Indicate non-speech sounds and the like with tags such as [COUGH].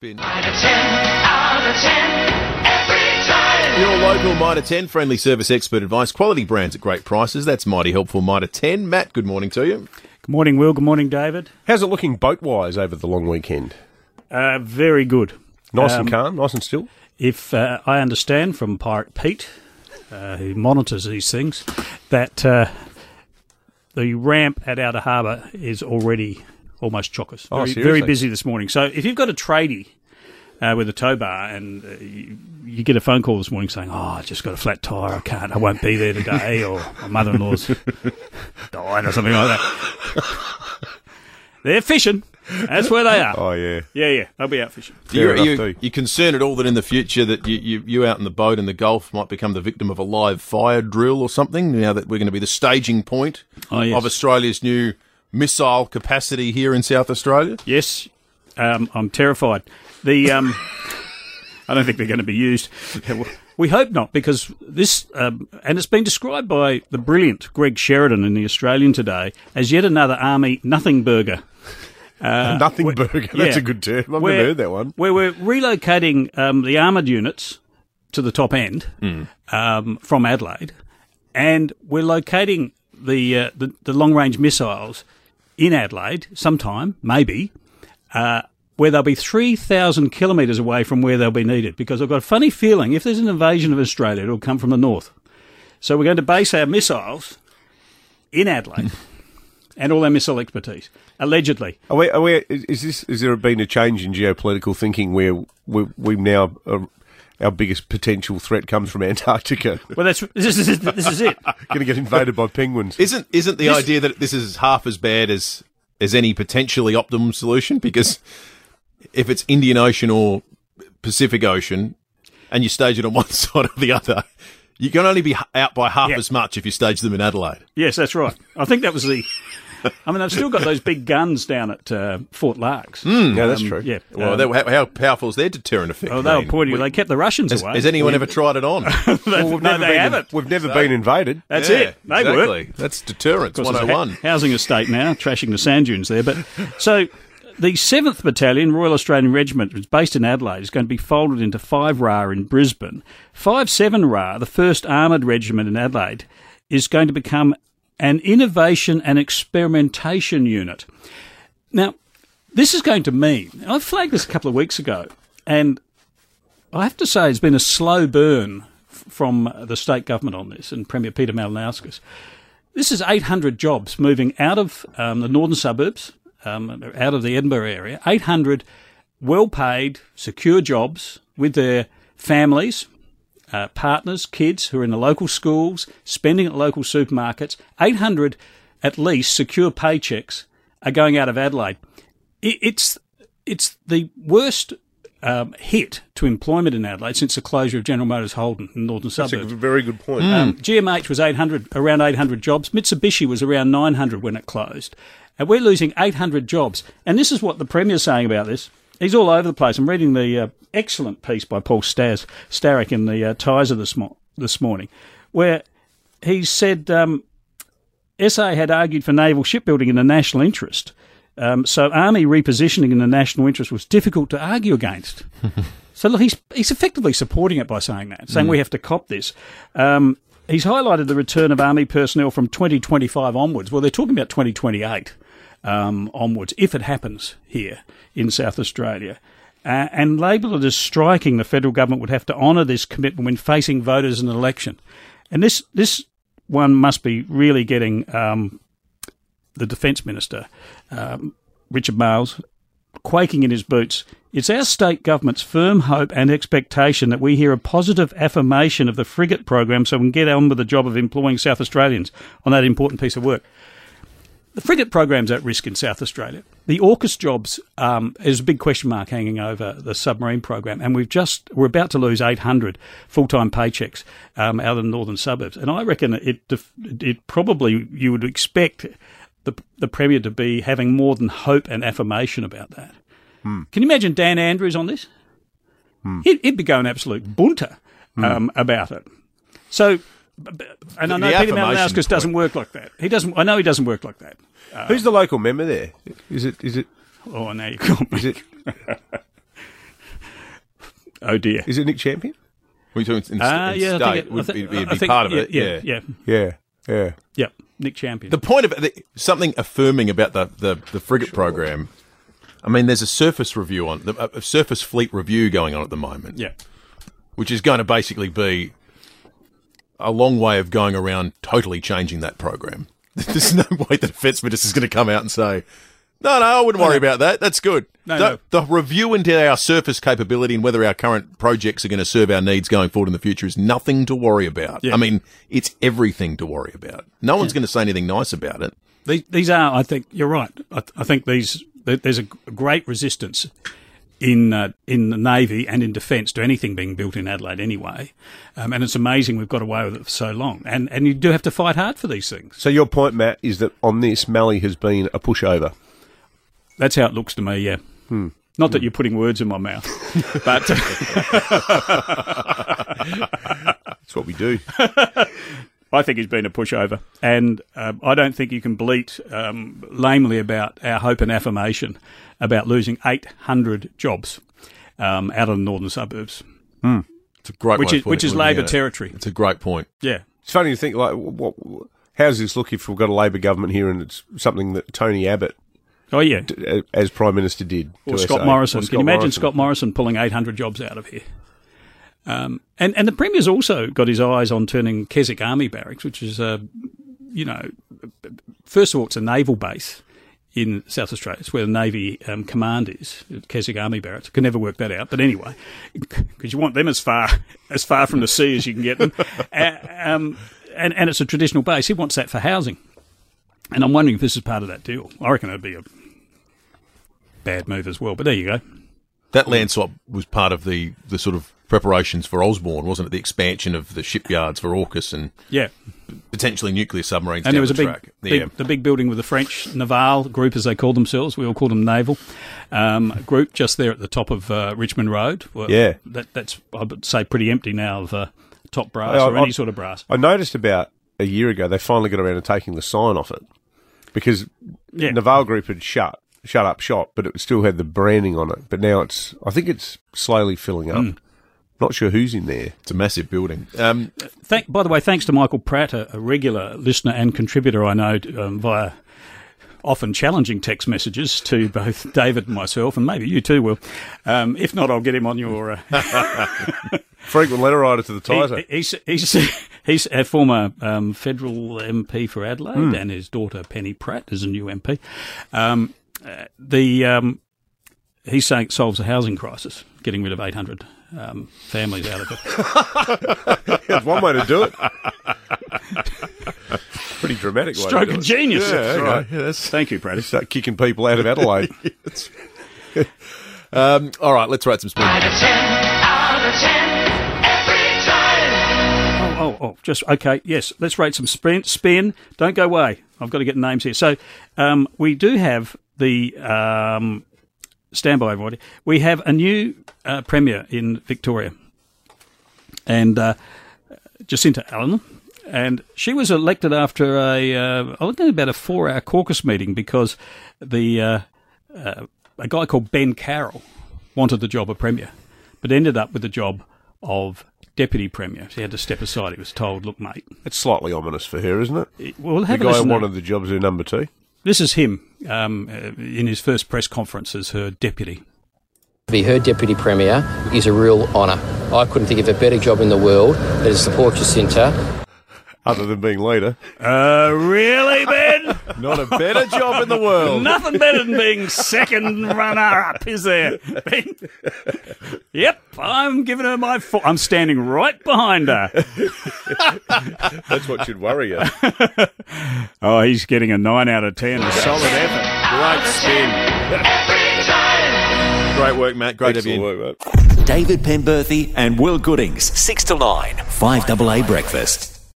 bin. Out of 10, out of 10, every time. Your local Mitre 10 friendly service expert advice, quality brands at great prices. That's mighty helpful. Mitre 10. Matt, good morning to you. Good morning, Will. Good morning, David. How's it looking boat wise over the long weekend? Uh, very good. Nice Um, and calm, nice and still. If uh, I understand from Pirate Pete, uh, who monitors these things, that uh, the ramp at Outer Harbour is already almost chockers. Oh, very, very seriously? busy this morning. So if you've got a tradie uh, with a tow bar and uh, you, you get a phone call this morning saying, "Oh, I just got a flat tire. I can't. I won't be there today," or "My mother-in-law's [LAUGHS] died," or something like that. [LAUGHS] They're fishing. That's where they are. yeah. oh, Yeah, yeah, they'll be out fishing. Fair you, enough, you, too. you concerned at all that in the future that you, you, you out in the boat in the Gulf might become the victim of a live fire drill or something now that we're going to be the staging point Oh, yes. of Australia's new missile capacity here in South Australia? Yes, um, I'm terrified. The um, I don't think they're going to be used. We hope not, because this um, and it's been described by the brilliant Greg Sheridan in the Australian today as yet another army nothing burger. [LAUGHS] Nothing burger. [LAUGHS] That's Yeah. a good term. I've Where- never heard that one. Where we're relocating um, the armoured units to the top end Hmm. um, from Adelaide, and we're locating the uh, the, the long range missiles in Adelaide sometime, maybe. Uh, where they'll be 3,000 kilometres away from where they'll be needed because I've got a funny feeling if there's an invasion of Australia, it'll come from the north. So we're going to base our missiles in [LAUGHS] Adelaide and all our missile expertise, allegedly. Are we, are we, is is this? Is there been a change in geopolitical thinking where we, we now uh, our biggest potential threat comes from Antarctica? [LAUGHS] Well, that's [LAUGHS] this is, this is it. Going to get invaded by penguins? Isn't isn't the idea that this is half as bad as as any potentially optimum solution? Because if it's Indian Ocean or Pacific Ocean, and you stage it on [LAUGHS] one side or the other, you can only be h- out by half Yeah. as much if you stage them in Adelaide. Yes, that's right. I think that was the. I mean, I've still got those big guns down at uh, Fort Largs. yeah, that's true. Yeah. Hmm. Well, Mm. um, that, how, how powerful is their deterrent effect? oh, they I were mean, pointing. we- They kept the Russians has, away. has [LAUGHS] anyone ever tried it on? Well, We've no, never they been, haven't. We've never been invaded. That's Yeah, it. They exactly. work. That's deterrence Of course, it's a 101. ha- housing estate now, trashing the sand dunes there. But so the Seventh Battalion, Royal Australian Regiment, which is based in Adelaide, is going to be folded into Five RAR in Brisbane. Five Seven RAR, the first armoured regiment in Adelaide, is going to become an innovation and experimentation unit. Now, this is going to mean I flagged this a couple of weeks ago, and I have to say it's been a slow burn f- from the state government on this and Premier Peter Malinauskas. This is 800 jobs moving out of um, the northern suburbs, um, out of the Edinburgh area. 800 well paid, secure jobs with their families, uh, partners, kids who are in the local schools, spending at local supermarkets. 800 at least secure paychecks are going out of Adelaide. It, it's, it's the worst um, hit to employment in Adelaide since the closure of General Motors Holden in the northern That's a suburbs. very good point. Um, GMH was 800, around 800 jobs. Mitsubishi was around 900 when it closed. And we're losing 800 jobs. And this is what the Premier's saying about this. He's all over the place. I'm reading the uh, excellent piece by Paul Stas, Starrick in the uh, Tizer this, mo- this morning, where he said um, SA had argued for naval shipbuilding in the national interest. Um, so army repositioning in the national interest was difficult to argue against. So look, he's he's effectively supporting it by saying that, saying we have to cop this. Um, he's highlighted the return of army personnel from 2025 onwards. Well, they're talking about 2028 um, onwards, if it happens here in South Australia. Uh, and labelled it as striking, the federal government would have to honour this commitment when facing voters in an election. And this this one must be really getting um, the defence minister, um, Richard Miles, quaking in his boots. It's our state government's firm hope and expectation that we hear a positive affirmation of the frigate program so we can get on with the job of employing South Australians on that important piece of work. The frigate program's at risk in South Australia. The AUKUS jobs um, is a big question mark hanging over the submarine program, and we've just we're about to lose 800 full time paychecks um, out of the northern suburbs. And I reckon it def- it probably you would expect the the premier to be having more than hope and affirmation about that. Hmm. Can you imagine Dan Andrews on this? He'd, he'd be going absolute bunter um, about it. So, b- b- and I know Hmm. The Peter affirmation Malinauskas doesn't work like that. He doesn't. I know he doesn't work like that. Uh, Who's the local member there? Is it? Is it? Oh, now you got me. Is it? [LAUGHS] Oh dear. Is it Nick Champion? We talking in, Ah, in yeah, state I think it, would I thi- be, it'd I be think- part of yeah, it. Yeah, yeah, Yeah, yeah. yeah. Yep. Nick Champion. The point of the, something affirming about the the, the frigate program. I mean, there's a surface review on the a surface fleet review going on at the moment, yeah. which is going to basically be a long way of going around totally changing that program. [LAUGHS] There's no way the defense minister is going to come out and say, "No, no, I wouldn't worry about that. That's good." No, the, the review into our surface capability and whether our current projects are going to serve our needs going forward in the future is nothing to worry about. I mean, it's everything to worry about. No one's going to say anything nice about it. These, these are, I think, you're right. I, th- I think these th- there's a g- great resistance in uh, in the navy and in defence to anything being built in Adelaide anyway, um, and it's amazing we've got away with it for so long. And and you do have to fight hard for these things. So your point, Matt, is that on this, Mallee has been a pushover. That's how it looks to me. Yeah. Hmm. Not that you're putting words in my mouth, [LAUGHS] [LAUGHS] but That's what we do. I think he's been a pushover, and um, I don't think you can bleat um, lamely about our hope and affirmation about losing 800 jobs um, out of the northern suburbs, It's a great which way is of which is looking Labor at it. territory. It's a great point. Yeah, It's funny to think like, what, what, how's this look if we've got a Labor government here and it's something that Tony Abbott, Oh yeah, uh, as Prime Minister, did or to Scott SA? Morrison. Or Can you imagine Scott Morrison pulling 800 jobs out of here? Um, and and the premier's also got his eyes on turning Keswick Army Barracks, which is a, you know, first of all, it's a naval base in South Australia. It's where the Navy um, command is, at Keswick Army Barracks. Can never work that out, but anyway, [LAUGHS] because you want them as far as far from the sea as you can get them. Uh, um, and and it's a traditional base. He wants that for housing. And I'm wondering if this is part of that deal. I reckon it'd be a bad move as well. But there you go. That land swap was part of the, the sort of preparations for Osborne, wasn't it? The expansion of the shipyards for AUKUS and Yeah, potentially nuclear submarines down and there was a the big, track. big- the big building with the French Naval group, as they call themselves. We all call them Naval um, group, just there at the top of uh, Richmond Road. Well, Yeah. that, that's I would say pretty empty now of uh, top brass I- or any I- sort of brass. I noticed about a year ago they finally got around to taking the sign off it because Yeah. Naval Group had shut shut up shop, but it still had the branding on it. But now it's I think it's slowly filling Hmm. up. Not sure who's in there. It's a massive building. Um, Thank, by the way, thanks to Michael Pratt, a, a regular listener and contributor I know um, via often challenging text messages to both [LAUGHS] David and myself, and maybe you too will. Um, if not, I'll get him on your. Uh, Frequent letter writer to the title. He- he's, he's, he's a former um, federal MP for Adelaide, and his daughter Penny Pratt is a new MP. Um, uh, the um, he's saying it solves the housing crisis, getting rid of 800 um, families out of it. That's one way to [LAUGHS] do it. Pretty dramatic way. Stroke to do of it. genius. Yeah, [LAUGHS] okay. Thank you, Pratt. Start kicking people out [LAUGHS] of Adelaide. um, all right, let's rate some spin. Out of ten, out of ten, every time. Oh, oh, oh, just okay. Yes, let's rate some spin. Spin. Don't go away. I've got to get names here. So um, we do have the um, standby, everybody. We have a new uh, premier in Victoria, and uh, Jacinta Allen. And she was elected after a, uh, I think about a four-hour caucus meeting because the uh, a guy called Ben Carroll wanted the job of Premier, but ended up with the job of Deputy Premier. So he had to step aside. He was told, look, mate, It's slightly ominous for her, isn't it? it- well, The have a guy who listen. to- wanted the job's her number two. This is him um, uh, in his first press conference as her deputy. To be her Deputy Premier is a real honour. I couldn't think of a better job in the world than to support Jacinta Other than being leader, Uh, really, [LAUGHS] Ben? Not a better job in the [LAUGHS] world. Nothing better than being second runner-up, is there? Ben? [LAUGHS] Yep, I'm giving her my. Fo- I'm standing right behind her. that's what should worry you. [LAUGHS] Oh, he's getting a nine out of ten. A solid effort. Great spin. Every time. Great work, Matt. Great of Excellent you. work, mate. David Penberthy and Will Goodings, 6 to 9, 5AA Breakfast.